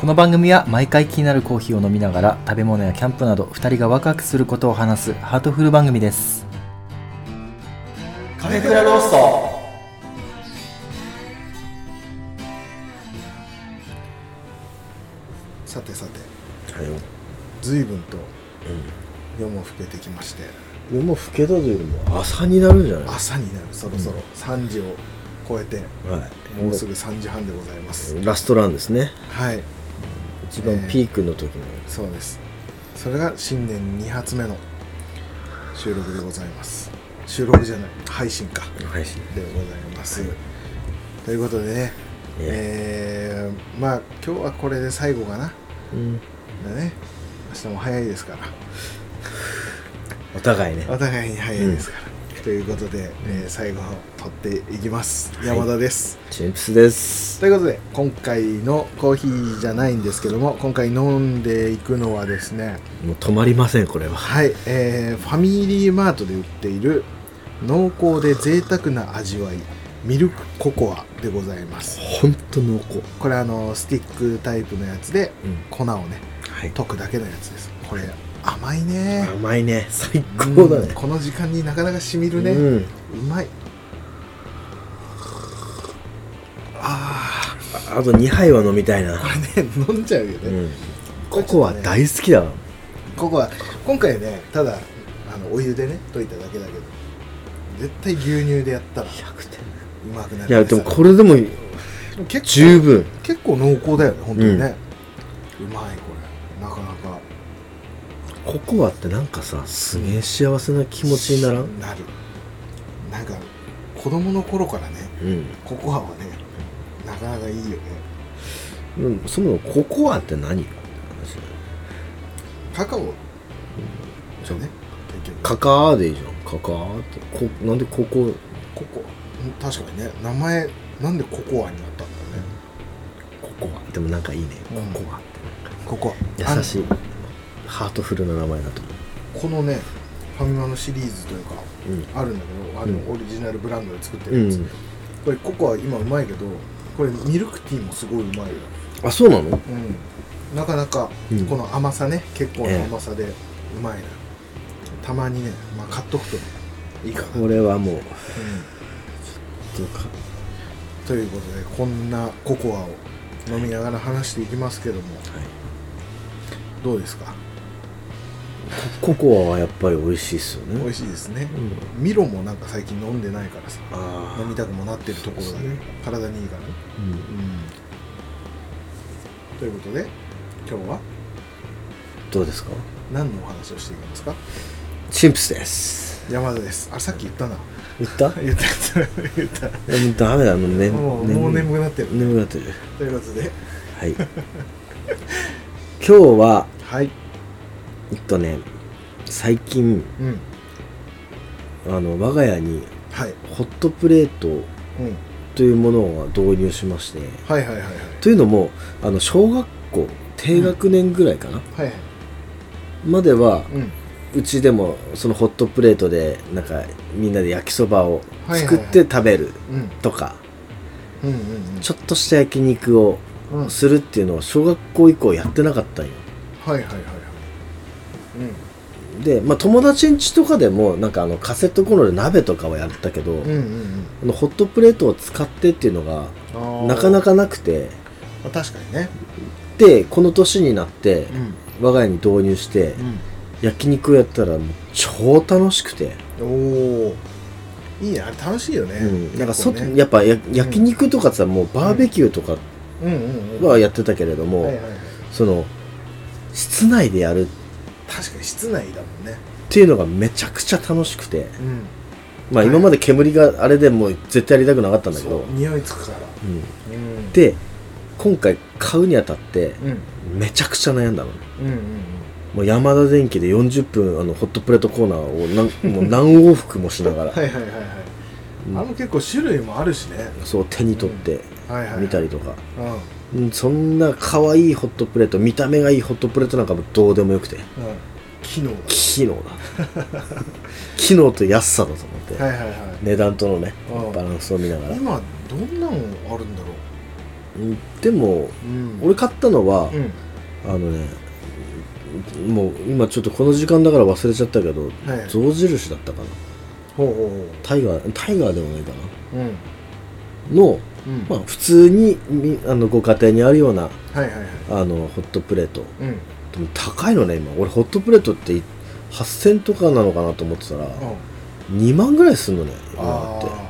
この番組は毎回気になるコーヒーを飲みながら食べ物やキャンプなど2人がワクワクすることを話すハートフル番組ですカフェクラローストさてさてはい、随分と夜も更けてきましてでもう老けたというよりも朝になるんじゃないは朝になるそろそろ3時を超えていもうすぐ3時半でございますラストランですねはい一番ピークの時の、そうですそれが新年2発目の収録でございます収録じゃない配信か配信でございます。ということでね、えーまあ今日はこれで最後かな。うんだね。明日も早いですから。お互いねお互いに早いですから。ということで、えー最後撮っていきます。山田です。チンプスですということで今回のコーヒーじゃないんですけども今回飲んでいくのはですねもう止まりませんこれははい、えーファミリーマートで売っている濃厚で贅沢な味わいミルクココアでございますほんと濃厚これあのスティックタイプのやつでうん粉をねはい溶くだけのやつですこれ甘いね甘いね最高だうんねこの時間になかなかしみるね、ううんまいあああと2杯は飲みたいなあね 飲んじゃうようね、んココア大好きだわここは今回ねただあのお湯でね溶いただけだけど絶対牛乳でやったらう100点まくなるいやでもこれでも結構十分結構濃厚だよね本当にね、うまいこれなかなかココアってなんかさすげえ幸せな気持ちにならんなるなんか子供の頃からねうんココアはねなかなかいいよねうんそもそもココアって何よって話だよカカオだねじゃあね結局カカーでいいじゃんカカーってこなんでここココアうん確かにね名前なんでココアになったんだここはでもなんかいいね、うんここはろうっねココてア優しいハートフルな名前だと思あのこのねファミマのシリーズというかううんあるんだけどあうのんオリジナルブランドで作ってうるやつ、ん、これココア今うまいけどこれミルクティーもすごいうまいよ、あそうなのうん、なかなかうんこの甘さね、結構な甘さでうまいな、たまにね、まあ、買っとくといいかな、うんこれはもうどうかということでこんなココアを飲みながら話していきますけどもどうですかココアはやっぱり美味しいっすよね美味しいしいですね、うんミロもなんか最近飲んでないからさあ飲みたくもなってるところだそうねですね体にいいからね、うんうん、ということで今日はどうですか何のお話をしていきますかチンプスです山田ですあさっき言ったな言った言った言った言ったでもダメだもうねもうもう眠眠くなってる眠くなってるということではい 今日ははいえっとね最近うんあの我が家にはい、ホットプレートうん、というものを導入しましてはいはいはいはいというのもあの小学校低学年ぐらいかな、はいはいまではうんうちでもそのホットプレートでなんかみんなで焼きそばをはいはいはい作って食べるうんとか、うんうんうんちょっとした焼肉をうんするっていうのを小学校以降やってなかったんよはいはいはいはいで、まあ、友達ん家とかでもなんかあのカセットコンロで鍋とかはやったけど、うんうんうんあのホットプレートを使ってっていうのがあーなかなかなくてまあ確かにねでこの年になってうん我が家に導入して、焼肉をやったらもう超楽しくて、うんおおいいねあれ楽しいよね、うん、なんか結構外、ねやっぱや焼肉とかさ、もうバーベキューとかうんうんうんはやってたけれども、はいはいはいその室内でやるっ確かに室内だもんねていうのがめちゃくちゃ楽しくて、うんまはあ、い今まで煙があれでもう絶対やりたくなかったんだけど、そう匂いつくからうん、うんで今回買うにあたってうんめちゃくちゃ悩んだのねうんうんもう山田電機で40分あのホットプレートコーナーをなんもう何往復もしながうんら、はいはいはいはいあのう結構種類もあるしねんそう手に取ってはいはい見たりとか、うんうんうんそんな可愛いホットプレート見た目がいいホットプレートなんかもどうでもよくて機能だ機 能だ機能と安さだと思って、はいはいは値段とのねうんバランスを見ながいら今どんなのあるんだろううんでもうん俺買ったのは、うんあのねもう今ちょっとこの時間だから忘れちゃったけどはい象印だったかなほうほタイガータイガーでもないかうほううんなの、うんまあ、普通にみあのご家庭にあるようなはいはいはいあのホットプレートうんでも高いのね今俺ホットプレートって8000とかなのかなと思ってたらうん2万ぐらいすんのね今あってあ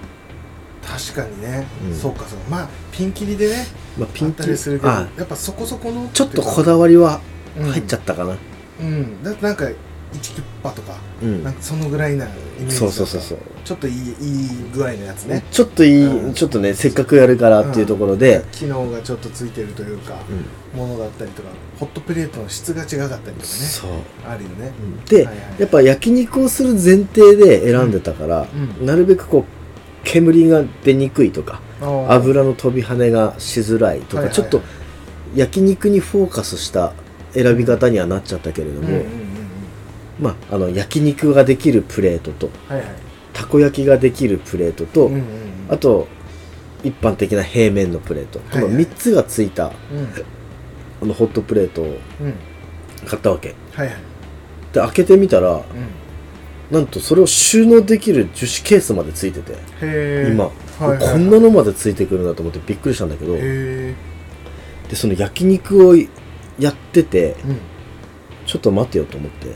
確かにね、うんそうかそうかまあピンキリでねまあ、ピピンンキキリリするけどあやっぱそこそこのちょっとこわだわりは入っちゃったかなうん、うんだってなんか1キュッパとかうん、なんかそのぐらいなイメージだったそうそうそうそうちょっといいいい具合のやつねちょっといい、うんちょっとねせっかくやるからっていうところで、機能がちょっとついてるというか、うんものだったりとかホットプレートの質が違かったりとかねそうあるよねで、はいはいやっぱ焼肉をする前提で選んでたから、うんなるべくこう煙が出にくいとか油の飛び跳ねがしづらいとか、はいはいはいちょっと焼肉にフォーカスした選び方にはなっちゃったけれどうんも、うんうんうんまああの焼肉ができるプレートとはいはいたこ焼きができるプレートと、うんうんうんあと一般的な平面のプレート、いはいこの3つがついたうんあのホットプレートをうん買ったわけはいはいで開けてみたらうんなんとそれを収納できる樹脂ケースまでついててへえ今、はいはいはいこんなのまでついてくるんだと思ってびっくりしたんだけどでへその焼肉をやっててえうんちょっと待てよと思って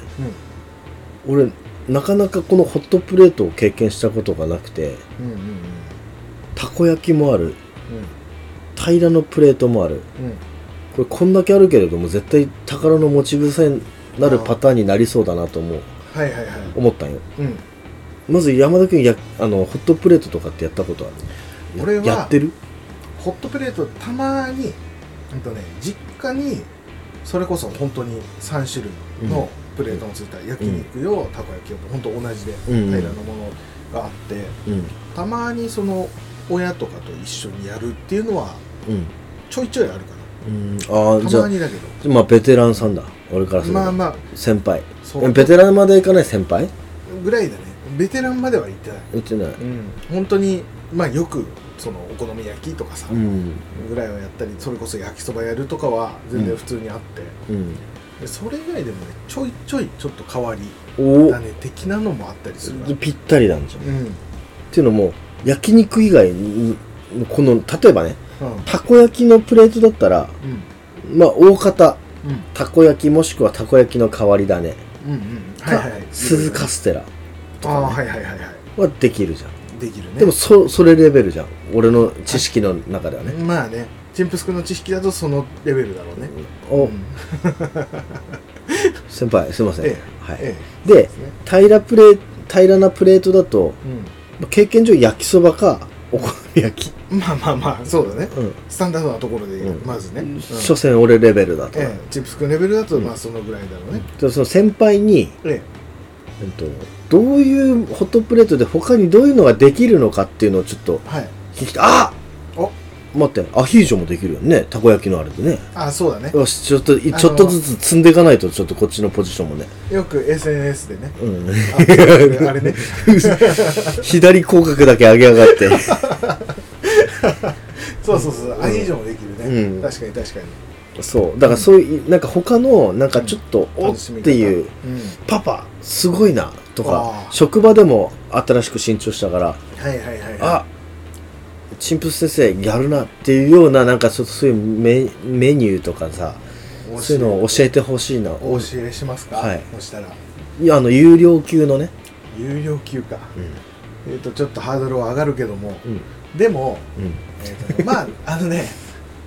うん俺なかなかこのホットプレートを経験したことがなくてうんうんうんたこ焼きもある平らのプレートもあるうんうんこれこんだけあるけれども絶対宝の持ち癖になるパターンになりそうだなと思うはいはいはい思ったんようんまず山田君やあのホットプレートとかってやったことあるや俺はやってるホットプレートたまにうんとね実家にそれこそ本当に3種類のプレートのついた焼肉用、たこ焼き用と本当同じでうんうん平らなものがあって、うんたまにその親とかと一緒にやるっていうのはうんちょいちょいあるかうんああなじたゃまにだけどあまあベテランさんだ俺からすると、まあまあ先輩そえうベテランまでいかない先輩ぐらいだねベテランまでは行ってない、言ってないうん、本当にまあよくそのお好み焼きとかさ、うんぐらいはやったりそれこそ焼きそばやるとかは全然普通にあって、うんでそれ以外でもねちょいちょいちょっと変わりお種的なのもあったりするからおぴったりなんじゃんっうん、うん、ていうのも焼肉以外にこの例えばねたこ焼きのプレートだったらうんまあ大方うんたこ焼きもしくはたこ焼きの代わりだねうんうんはいかはいはい鈴カステラああはいはいはいははできるじゃんいできるねでもそそれレベルじゃん俺の知識の中ではねまあねチンプスクの知識だとそのレベルだろうねお、うん先輩すいません、えはいえでえね平らプレー平らなプレートだとうまあ経験上焼きそばかお好み焼き、んまあまあまあそうだねうんスタンダードなところで、うんまずね、うん所詮俺レベルだと、ええチンプスクのレベルだとうんまあそのぐらいだろうね、でその先輩に、ええっと、どういうホットプレートで他にどういうのができるのかっていうのをちょっとえはい聞きたあお待ってアヒージョもできるよねたこ焼きのあれでねああそうだねよしちょっといあのちょっとずつ積んでいかないとちょっとこっちのポジションもね、よく SNS で ねうんああれね左口角だけ上げ上がってそうそうそう、アヒージョもできるね、うん確かに確かにそうだからそういうなんか他のなんかちょっと、おっ楽しみ方ていうう、ん、パパすごいなとあかー職場でも新しく新調したからはいはいはいはいあチンプス先生やるなっていうようななんかちょっとそういうメメニューとかさおそういうのを教えてほしいなお教えしますか、はいそしたらいやあの有料級のね、有料級か、うんえっとちょっとハードルは上がるけども、うんでも、うんえー とまああのね、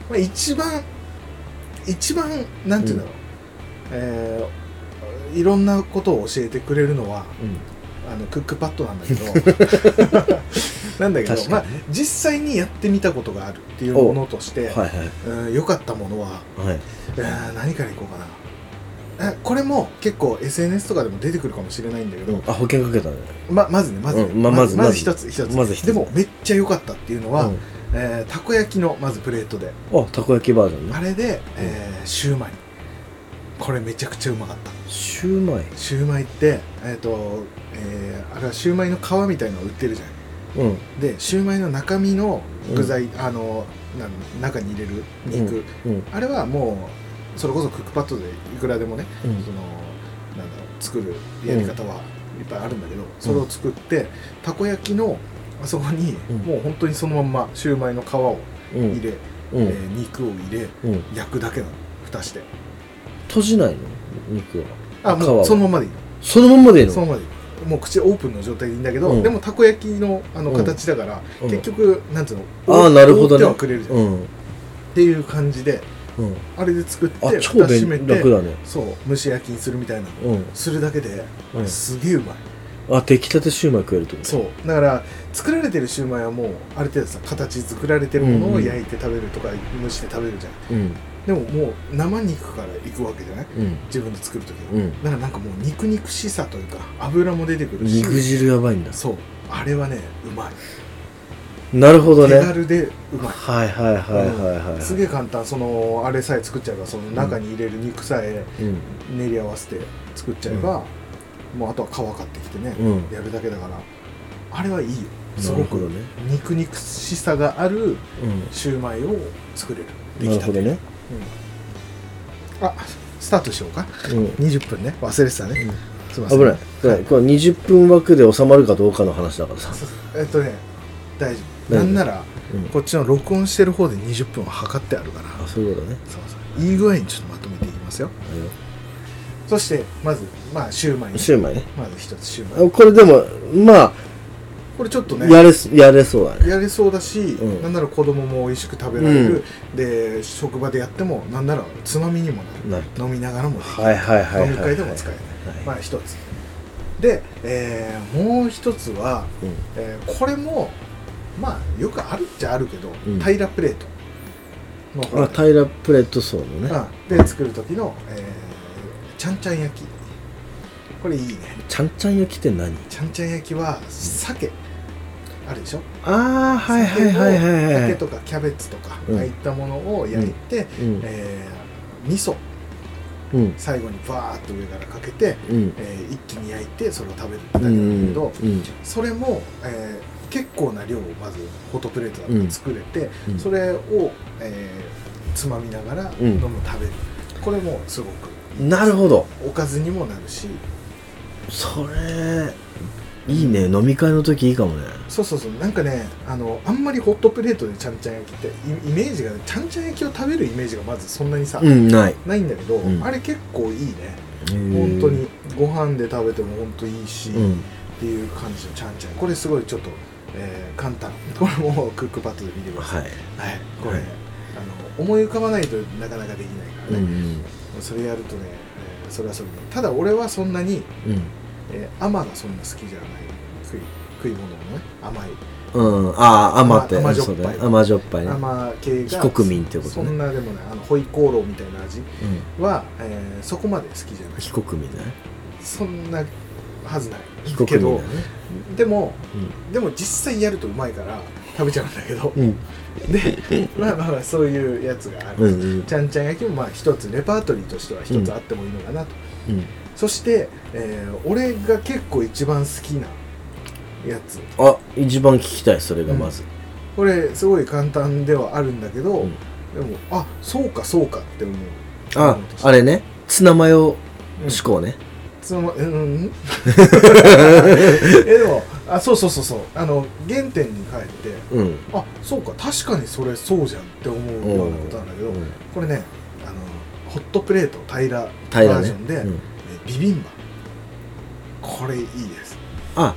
まあ、一番一番なんていうんだろう、えーいろんなことを教えてくれるのはあのクックパッドなんだけど なんだけ確ど、まかあ、実際にやってみたことがあるっていうものとして、はいはいうん良かったものは、はいえー何からいこうかなえこれも結構 SNS とかでも出てくるかもしれないんだけど、あ保険かけたねままずねまずね、うんままずままずず一つ一つまず一つでもめっちゃ良かったっていうのは、うんえーたこ焼きのまずプレートであたこ焼きバージョンあねれで、えーシューマイこれめちゃくちゃうまかったシューマイシューマイってえっ、と、えーあれはシューマイの皮みたいのを売ってるじゃんうんでシューマイの中身の具材、あのなん中に入れる肉、うんあれはもうそれこそクックパッドでいくらでもねうんそのなんだろう作るやり方はいっぱいあるんだけど、それを作ってたこ焼きのあそこに、うんもう本当にそのまんまシューマイの皮をうん入れ、うんえー肉を入れうん焼くだけなの蓋して閉じないの肉はあ皮もはうそのままでいいそのままでいいののそのままでいいのもう口オープンの状態でいいんだけど、うんでもたこ焼きのあのうん形だから、うん結局なんつうのあーなるほ覆っどねてはくれるじゃん、っうんていう感じでうんあれで作ってあ超蓋閉め便て楽だねそう蒸し焼きにするみたいなのうんするだけで、うんすげえうまいあ出来たてシューマイ食えるってことそうだから作られてるシューマイはもうある程度さ形作られてるもうんのうをん焼いて食べるとか蒸して食べるじゃんうんでももう生肉からいくわけじゃないうん自分で作る時に、うんだからなんかもう肉肉しさというか油も出てくるし肉汁やばいんだそうあれはねうまいなるほどね手はい軽でうまいはいはいはいはい、すげえ簡単そのあれさえ作っちゃえばその中に入れる肉さえうん練り合わせて作っちゃえば、もうあとは皮買ってきてね、うんやるだけだからあれはいいよすなごるほどくね肉肉しさがあるうシューマイを作れるんでなきるたほてどねうんあスタートしようかうん20分ね忘れてたね、すいま危せんない危ないこれ20分枠で収まるかどうかの話だからさえっとね大丈夫大丈夫なんなら、うんこっちの録音してる方で20分を測ってあるからあそういうことねそうそういい具合にちょっとまとめていきますよそしてまずまあシューマイあシューマイねまず一つシューマイあこれでもまこれちょっとあねやれすやれそうだねやれそうだし、うんなんなら子供も美味しく食べられる、で職場でやってもなんならつまみにもなるなる飲みながらもできるはいはいはいはい飲み会でも使える、はいまあ一つで、えーもう一つは、うんえーこれもまあよくあるっちゃあるけど、うん平らプレートの方あタイラプレットソーのねうんで作る時の、えーちゃんちゃん焼きこれいいねちゃんちゃん焼きって何ちゃんちゃん焼きは鮭あるでしょああはいはいはいはいは鮭いとかキャベツとか、うんああいったものを焼いて、うんえー味噌うん最後にバーッと上からかけて、うんえー一気に焼いてそれを食べるってだうけなんだけど、んそれも、えー結構な量をまずホットプレートだうんと作れて、うんそれを、えーつまみながらうん飲む、食べるこれもすごくいいなるほどおかずにもなるしそれいいね飲み会の時いいかもねそうそうそうなんかねあのあんまりホットプレートでちゃんちゃん焼きってイイメージがねちゃんちゃん焼きを食べるイメージがまずそんなにさ、うんないないんだけど、うんあれ結構いいね本本当にご飯で食べても本当いいし、うっんていう感じのちゃんちゃんこれすごいちょっと、えー簡単 これもクックパッドで見てくださいはいはい、これ、はいあの思い浮かばないとなかなかできないかうらね、んそれやるとね、えーそれはそれでただ俺はそんなに、うんえー、甘がそんな好きじゃない食い食い物のね甘いうんああ甘って甘じょっそうだぱいね甘じょっぱいね甘系が非国民ってことねそんなでもないあのホイコーローみたいな味うんは、えーそこまで好きじゃない非国民だねそんなはずない非国け民どだねでもでも実際やるとうまいから食べちゃうんだけど、うんでまあまあまあそういうやつがある、うんうんちゃんちゃん焼きもまあ一つレパートリーとしては一つあってもいいのかなと、うんそして、えー俺が結構一番好きなやつあ一番聞きたいそれがまずこれすごい簡単ではあるんだけど、うんでもあそうかそうかって思うああれねツナマヨ思考ねそのうんうん えでもあそうそうそうそうあの原点に帰ってうんあそうか確かにそれそうじゃんって思うようなことなんだけど、うんこれねあのホットプレート平ら平らバーねジョンで、うんえビビンバこれいいですあ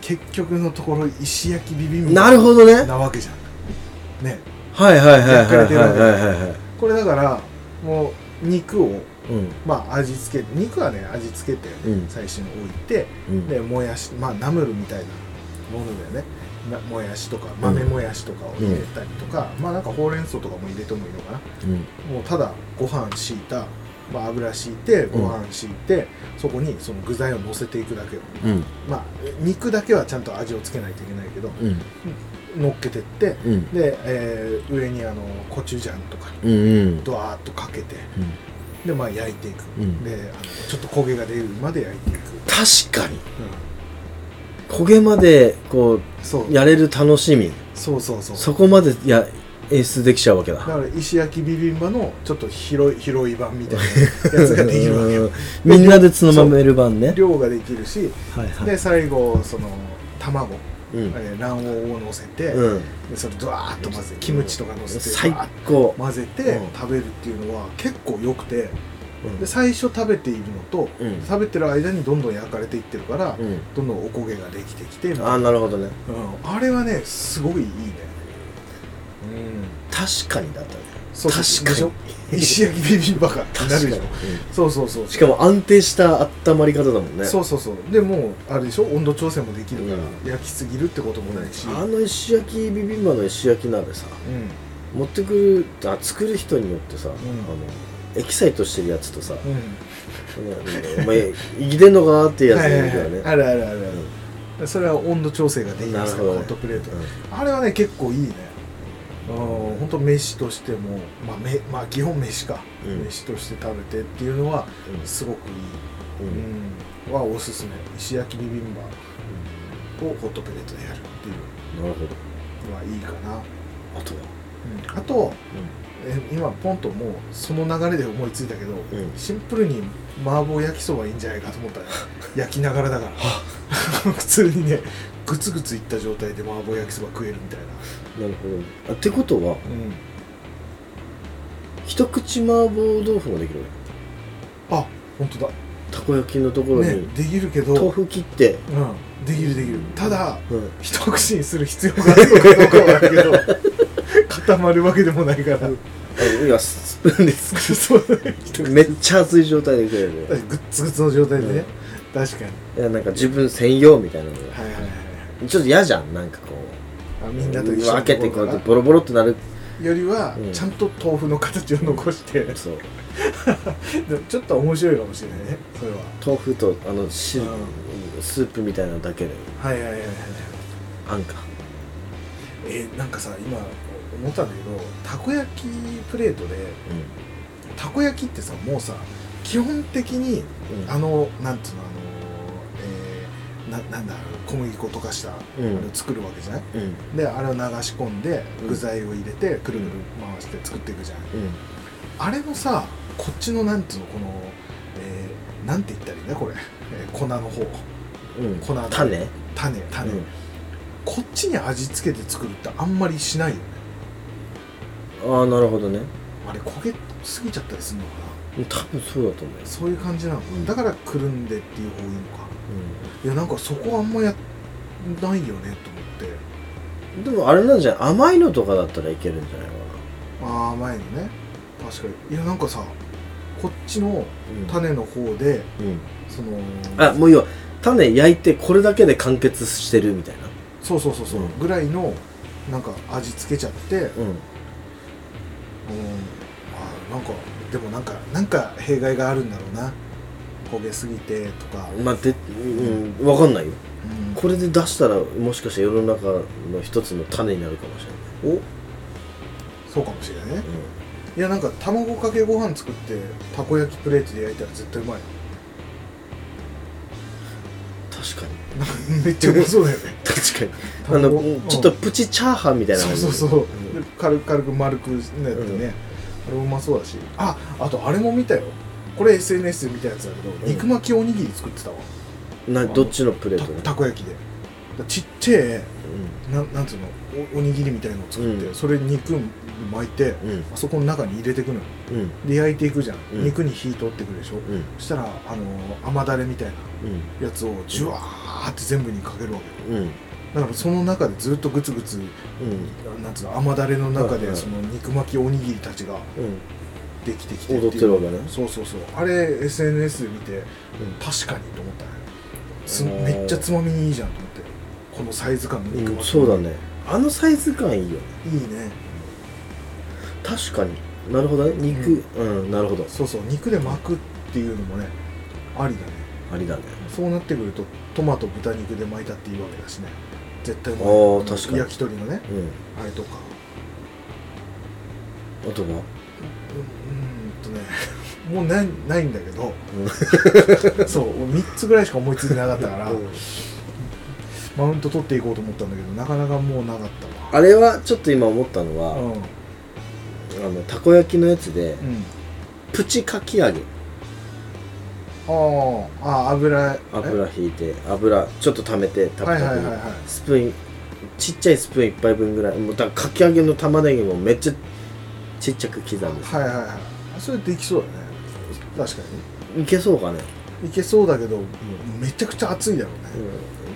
結局のところ石焼きビビンバなるほどねなわけじゃんねはいはいはいはい焼かれはいてるわけはいはいはいこれだからもう肉をうんまあ味付け肉はね味付けてうん最初に置いて、うんでもやしまあナムルみたいなものだよねなもやしとか豆もやしとかを入れたりとか、まあなんかほうれん草とかも入れてもいいのかなうんもうただご飯敷いた、まあ、油敷いてご飯敷いて、そこにその具材を乗せていくだけうんまあ肉だけはちゃんと味をつけないといけないけどうん乗っけてってうんで、えー上にあのコチュジャンとかうんうんドワーッとかけてうんでまあ焼いていく、うんであのちょっと焦げが出るまで焼いていく、確かにう焦げまでこそううやれる楽しみそうそうそうそこまでや演出できちゃうわけだだから石焼きビビンバのちょっと広い広い版みたいなやつができるわけよみんなでつまめる版ね量ができるしはいはでい最後その卵、うんえー卵黄を乗せて、うんでそれドワーッと混ぜてキムチとか乗せて最ドワーッと高混ぜてうん食べるっていうのは結構良くてうんで最初食べているのと、うん食べてる間にどんどん焼かれていってるから、うんどんどんお焦げができてきてみたいあなあうんなるほどねあれはねすごいいいねうん確かにだったねそう確かにでしょ石焼きビビンバがなる確でかしにょそうそうそうしかも安定した温まり方だもんねそうそうそうでもうあれでしょ温度調整もできるから、う焼きすぎるってこともないし、あの石焼きビビンバの石焼き鍋さうん持ってくるあ作る人によってさ、あのエキサイトしてるやつとさ、うんあのお前生きてんのかってやつはいいるはいかはらね、いあるあるあるあるそれは温度調整ができますからなるほどねホットプレートあれはね結構いいね本当飯としても、まあ、めまあ基本飯か、うん飯として食べてっていうのはすごくいい、うんうんうん、はおすすめ石焼きビビンバをホットプレートでやるっていうなるほどのはいいかな、あとは、うん、あとえ今ポンともうその流れで思いついたけど、うんシンプルに麻婆焼きそばいいんじゃないかと思っ たね焼きながらだから 普通にねグツグツいった状態で麻婆焼きそば食えるみたいななるほどあってことはうん一口麻婆豆腐もできるわけあ本当たこ焼きのところだねにできるけど豆腐切って、うんできるできるただうん一口にする必要があるのかどうかはだけど 固まるわけでもないからあいやスプーンですそうだね一口めっちゃ熱い状態で食えるねグッツグツの状態でね、確かにいやなんか自分専用みたいなのがはいはいはいはいちょっと嫌じゃんなんかこあうみんなと一緒に分けてこうやとっこてボロボロってなるろがよりは、うんちゃんと豆腐の形を残して そうでもちょっと面白いかもしれないねそれは豆腐とあの汁うスープみたいなのだけではいはいはいはいあんかえーなんかさ今思ったんだけどたこ焼きプレートでうたこ焼きってさもうさ基本的にんうんあのなんつうのあのえーななんだ小麦粉溶かした、うんあれを作るわけじゃないうんであれを流し込んでうん具材を入れてくるくる回して作っていくじゃんうんあれもさこっちのなんつうのこの、えーなんて言ったらいいんだこれ、えー粉の方うん粉の種種種、うんこっちに味付けて作るってあんまりしないよねああなるほどねあれ焦げすぎちゃったりするのか多分そうだと思いまなすそういう感じなのかな、うんだからくるんでっていう方がいいのかういやなんかそこあんまやないよねと思ってんでもあれなんじゃない甘いのとかだったらいけるんじゃないかああ前のね確かにいやなんかさこっちのな種の方で、うんうんそのあもう要は種焼いてこれだけで完結してるみたいなそうそうそうそう、うんぐらいのなんか味付けちゃってうんうんあーなんかでもなんかなんか弊害があるんだろうな焦げすぎてとか、まあでうん分かんないようんこれで出したらもしかして世の中の一つの種になるかもしれおそうかもしれないねない、いやなんか卵かけご飯作ってたこ焼きプレートで焼いたら絶対うまいよ 確かにめっちゃうまそうだよね確かにあ卵のちょっとプチチャーハンみたいなそう感じそうそう、んで軽く軽く丸くなってね、あれもうまそうだしああとあれも見たよこれ SNS で見たやつだけど、ん肉巻きおにぎり作ってたわなどっちのプレーたトねたこ焼きでだちっちゃいなんなんつうのおおにぎりみたいのを作って、うんそれ肉巻いてうんうんあそこの中に入れてくのようんで焼いていくじゃん、うん肉に火通ってくるでしょ、うんそしたらあの甘だれみたいなうやつをジュワーって全部にかけるわけよんうんだからその中でずっとグツグツなんつうの甘だれの中はいはでいその肉巻きおにぎりたちがうんできてきて踊ってるわけねそうそうそうあれ SNS で見て確かにと思ったねつあーめっちゃつまみにいいじゃんと思ってこのサイズ感のう肉ん巻き、そうだねあのサイズ感いいよねいいね確かになるほどね肉うんなるほどそうそう肉で巻くっていうのもねありだねありだねそうなってくるとトマト豚肉で巻いたっていいわけだしね絶対うまいあー確かに焼き鳥のねうんあれとかあとはううーんとねもうないないんだけどそう3つぐらいしか思いついてなかったから、うんマウント取っていこうと思ったんだけどなかなかもうなかっあれはちょっと今思ったのたわうは、んうんあのたこ焼きのやつでプチかき揚げああああ油え油引いて油ちょっと溜めてタはプいはタいプはいにはいスプーンちっちゃいスプーン一杯分ぐらいもうだからかき揚げの玉ねぎもめっちゃちっちゃく刻んではいはいはいそれできそうだね確かいけそうかね、にいけそうだけどめちゃくちゃ熱いだろううん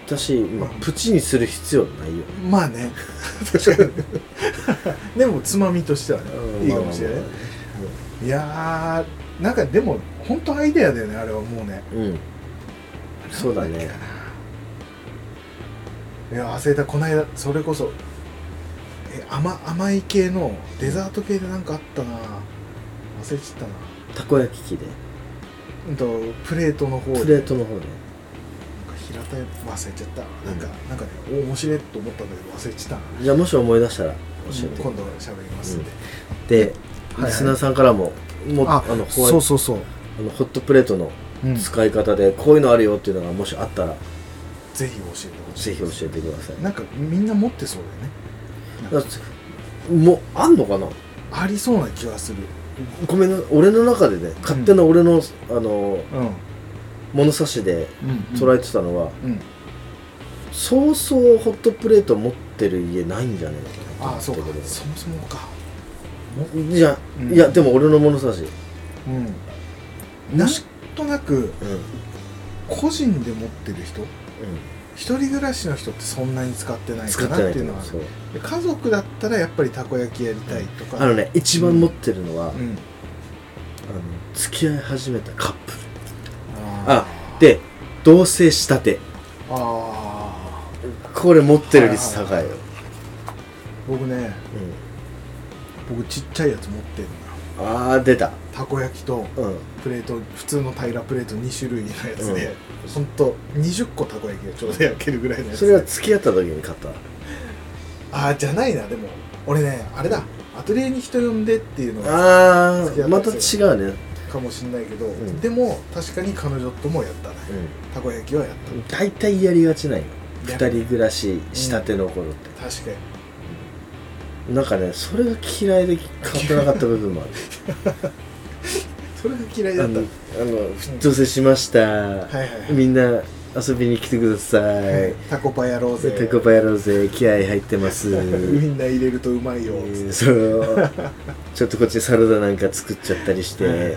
ね、私、まあ、プチにする必要ないよまあね確かに でもつまみとしてはねいいかもしれないいやーなんかでも本当アイデアだよねあれはもうねうんそうだねいや忘れたこの間それこそえ甘甘い系のデザート系でなんかあったな忘れちゃったなたこ焼き器でうんとプレートの方でプレートの方でなんか平たい忘れちゃったんなんか、なんかねお面白いと思ったんだけど忘れちゃっじゃあもし思い出したら教たなえ今度喋りますんで、て、で、はいはいリスナーさんからももうあのホワイトそうそう、あのホットプレートのうん、ぜ使い方でこういうのあるよっていうのがもしあったらひ教えてほしいぜひ教えてくださいなんかみんな持ってそうだよねだもうあんのかなありそうな気がするごめんな俺の中でね勝手な俺の、あのうん物差しで捉えてたのは、うんそうそうホットプレート持ってる家ないんじゃねえかああそうかだけどそもそもかじゃあ、うんいやでも俺の物差し、うんなんとなくうんうん、個人で持ってる人一人暮らしの人ってそんなに使ってない使かってなっないてという思のうはあるそうで家族だったらやっぱりたこ焼きやりたいとかあのね一番持ってるのは、うあのん付き合い始めたカップーあで同棲したてあこれ持ってる率高いよ、ー僕ね僕ちっちゃいやつ持ってるのようん、ああ出たたこ焼きとうんプレート普通の平らプレート2種類のやつでう、ほんと20個たこ焼きがちょうど焼けるぐらいのやつそれは付き合った時に買ったああじゃないなでも俺ねあれだアトリエに人呼んでっていうのがあ付き合あったまやたつ違うね、かもしんないけど、んでも確かに彼女ともやったねたこ焼きはやっうん、大体やりがちないよた二や人暮らししたての頃って、確かになんかねそれが嫌いで買ってなかった部分もあるそれが嫌いあだったのあの同棲しました、はいはいはいみんな遊びに来てください、タコパやろうぜタコパやろうぜ気合入ってますウインナー入れるとうまいよえつっーてそうちょっとこっちサラダなんか作っちゃったりしはいて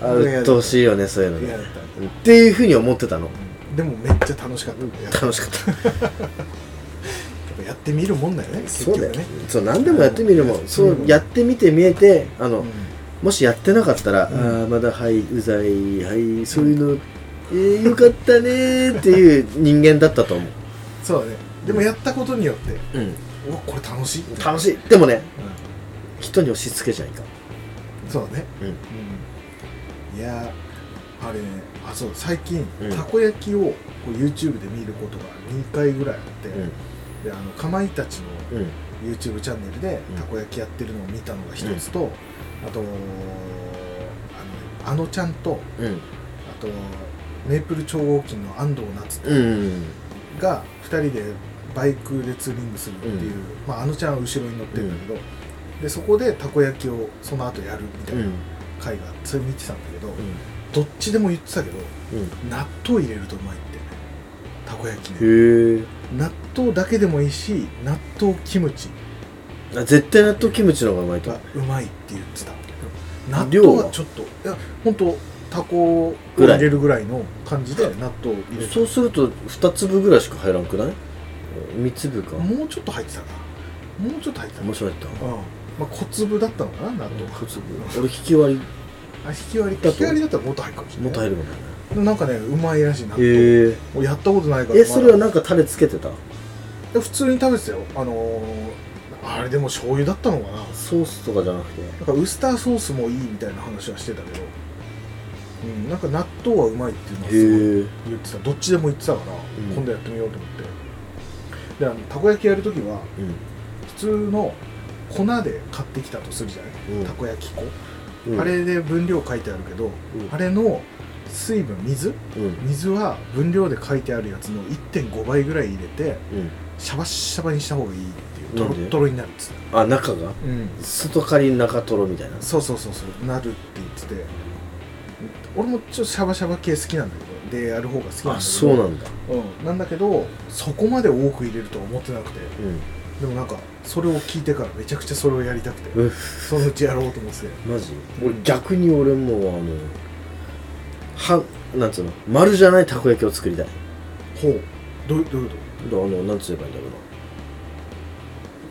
あ鬱陶しいよねそういうの嫌ねだったっていうふうに思ってたのでもめっちゃ楽しかったんだよやっぱ楽しかったやってみるもんだよね結そう局だよねそう何でもやってみるもうんんそうやってみて見えてあの、うんもしやってなかったら、んああまだはいうざいはいそういうの、えー、よかったねーっていう人間だったと思う、そうだねでもやったことによってうん、うわこれ楽しいって楽しいでもねう人に押し付けちゃいかんんそうだねうんうんいやーあれねあそう最近うんたこ焼きをこう YouTube で見ることが2回ぐらいあってであのかまいたちのうんうん YouTube チャンネルでうんたこ焼きやってるのを見たのが一つと、あとあのあのちゃんとうんあとメイプル超合金の安藤夏うんうんが2人でバイクでツーリングするっていう、うんまあ、あのちゃんは後ろに乗ってるんだけど、でそこでたこ焼きをその後やるみたういんな回があってそれ見てたんだけど、どっちでも言ってたけど納豆入れるとうまいってたこ焼きねうんへ納豆だけでもいいし納豆キムチえ絶対納豆キムチの方がうまいとが思うまいって言ってた納量豆ははちょっといや本当タコを入れるぐらいの感じで納豆を入うれてそうすると2粒ぐらいしか入らんくない3粒かもうちょっと入ってたかなもうちょっと入ってたか面な白いったうんまあ、小粒だったのかな納豆が小粒俺引き割あ引き割りだ引とき割りだったらもっと入るかもしりれもっとない入るかもねなんかねうまいらしい納豆、へえもうやったことないからえそれはまなんかタレつけてただ普通に食べてたよあのーあれでも醤油だったのかなソースとかじゃなくてなんかウスターソースもいいみたいな話はしてたけど、うん、なんか納豆はうまいっていうのはすごいへえ言ってたどっちでも言ってたから、ん今度やってみようと思ってであのたこ焼きやるときは普通の粉で買ってきたとするじゃない、うんたこ焼き粉、うんあれで分量書いてあるけど、うんあれの水分水うん水は分量で書いてあるやつの1.5倍ぐらい入れてうんシャバシャバにした方がいいっていうトなんロでットロになるっつってあ中がた、うん、外刈り中トロみたいなそうそうそうそうなるって言ってて俺もちょっとシャバシャバ系好きなんだけどでやる方が好きなんだけどあそうなんだうん、なんだけどそこまで多く入れるとは思ってなくてうんでもなんかそれを聞いてからめちゃくちゃそれをやりたくて、うんそのうちやろうと思っててマジうん俺逆に俺もうあのはなんつうの丸じゃないたこ焼きを作りたいほうどうどういうこどあのなんつえばいいんだろ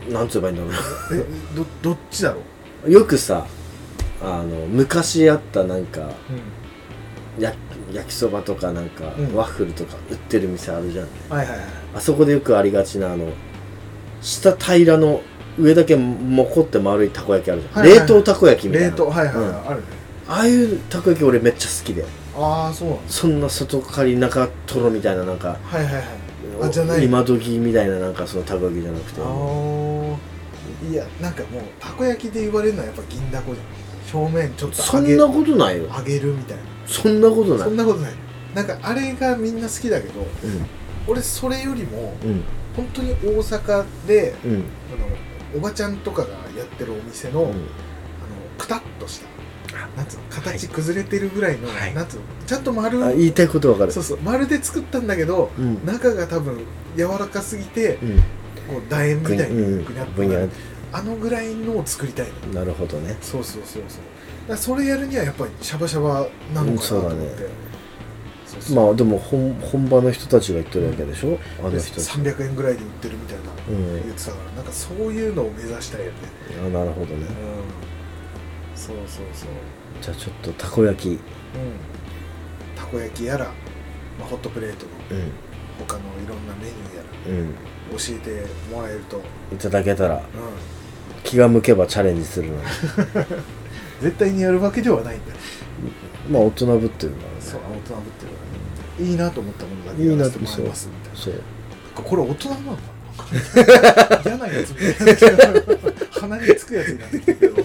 うななんつえばいいんだろとえどどっちだろう、うな よくさあの昔あったなんかや焼きそばとかなんか、うんワッフルとか売ってる店あるじゃんはいはいはいあそこでよくありがちなあの下平らの上だけもこって丸いたこ焼きあるじゃん、はいはいはい冷凍たこ焼きみたいな冷凍はいはいはい、うんああるねあいうたこ焼き俺めっちゃ好きでああそうなんだそんな外刈り中とろみたいななんかはいはいはいあじゃない今時みたいななんかそのたこ焼きじゃなくてああいやなんかもうたこ焼きで言われるのはやっぱ銀だこじゃん表面ちょっとそ揚んげなことないよ揚げるみたいそんなことななそいんなことないなんかあれがみんな好きだけど俺それよりもうんうん本当に大阪でうんあのおばちゃんとかがやってるお店の,、うあのんくたっとしたあなんつうの形崩れてるぐらいの、はいなんつうのちゃんと丸あ言いたいことわかるそうそう丸で作ったんだけどうん中が多分柔らかすぎてうんこう楕円みぐにたゃいにぐにゃっとぐにゃあのぐらいのを作りたいのなるほどねそうそうそうそうだからそれやるにはやっぱりシャバシャバなのかなと思って、うんそうだそうまああでも本本場の人たちが言ってるわけでしょあの人たち300円ぐらいで売ってるみたいなうん言ってたからなんかそういうのを目指したいよねあなるほどうねんそうそうそう、じゃあちょっとたこ焼きうん、たこ焼きやら、まあ、ホットプレートのう他のいろんなメニューやらんうん教えてもらえると、うん、いただけたら気が向けばチャレンジするな絶対にやるわけではないんだよまあ大人ぶってるからねそう大人ぶってるからねいいなと思ったものだけいいやらなせてともらいますみたいなそうこれ大人なのかな嫌なやつみたいな鼻につくやつになってきた けど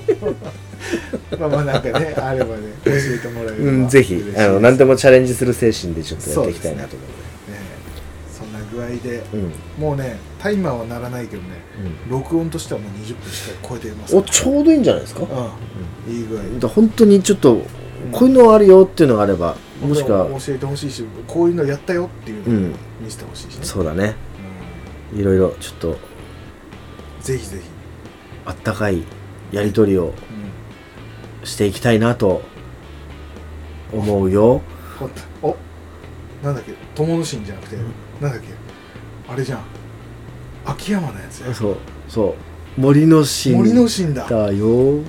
まあまあなんかねあればね教えてもらえるうん、ぜひあの何でもチャレンジする精神でちょっとやそっうてでいきすねたいなと思うねそんな具合でう,、もうねタイマーはならないけどねん、録音としてはもう20分しか超えていますうん、おねちょうどいいんじゃないですか、うん、いい具合だから本当にちょっとこういうのあるよっていうのがあればもしくは教えてほしいしこういうのやったよっていううのをん見せてほしいしね、そうだねういろいろちょっとんぜひぜひ、あったかいやり取りをうしていきたいなと思うよん、ほんとおなんだっけ友の神じゃなくて、んなんだっけあれじゃん秋山のやつやそうそう森の神森の神だだよな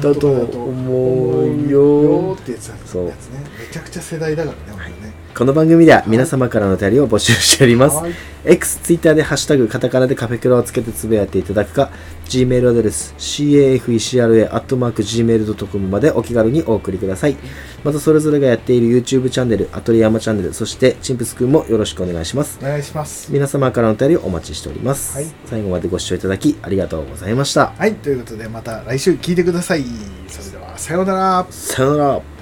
んだかと思うよってやつだそうやつねめちゃくちゃ世代だからね、俺ねこの番組では皆様からのお便りを募集しておりますはい X、Twitter でハッシュタグカタカナでカフェクラをつけてつぶやいていただくか、Gmail アドレス、cafecra.gmail.com までお気軽にお送りください。またそれぞれがやっている YouTube チャンネル、アトリヤマチャンネル、そしてチンプスくんもよろしくお願いします。お願いします皆様からのお便りをお待ちしております。はい最後までご視聴いただきありがとうございました。はいということでまた来週聞いてくださいそれではさようならさよなら。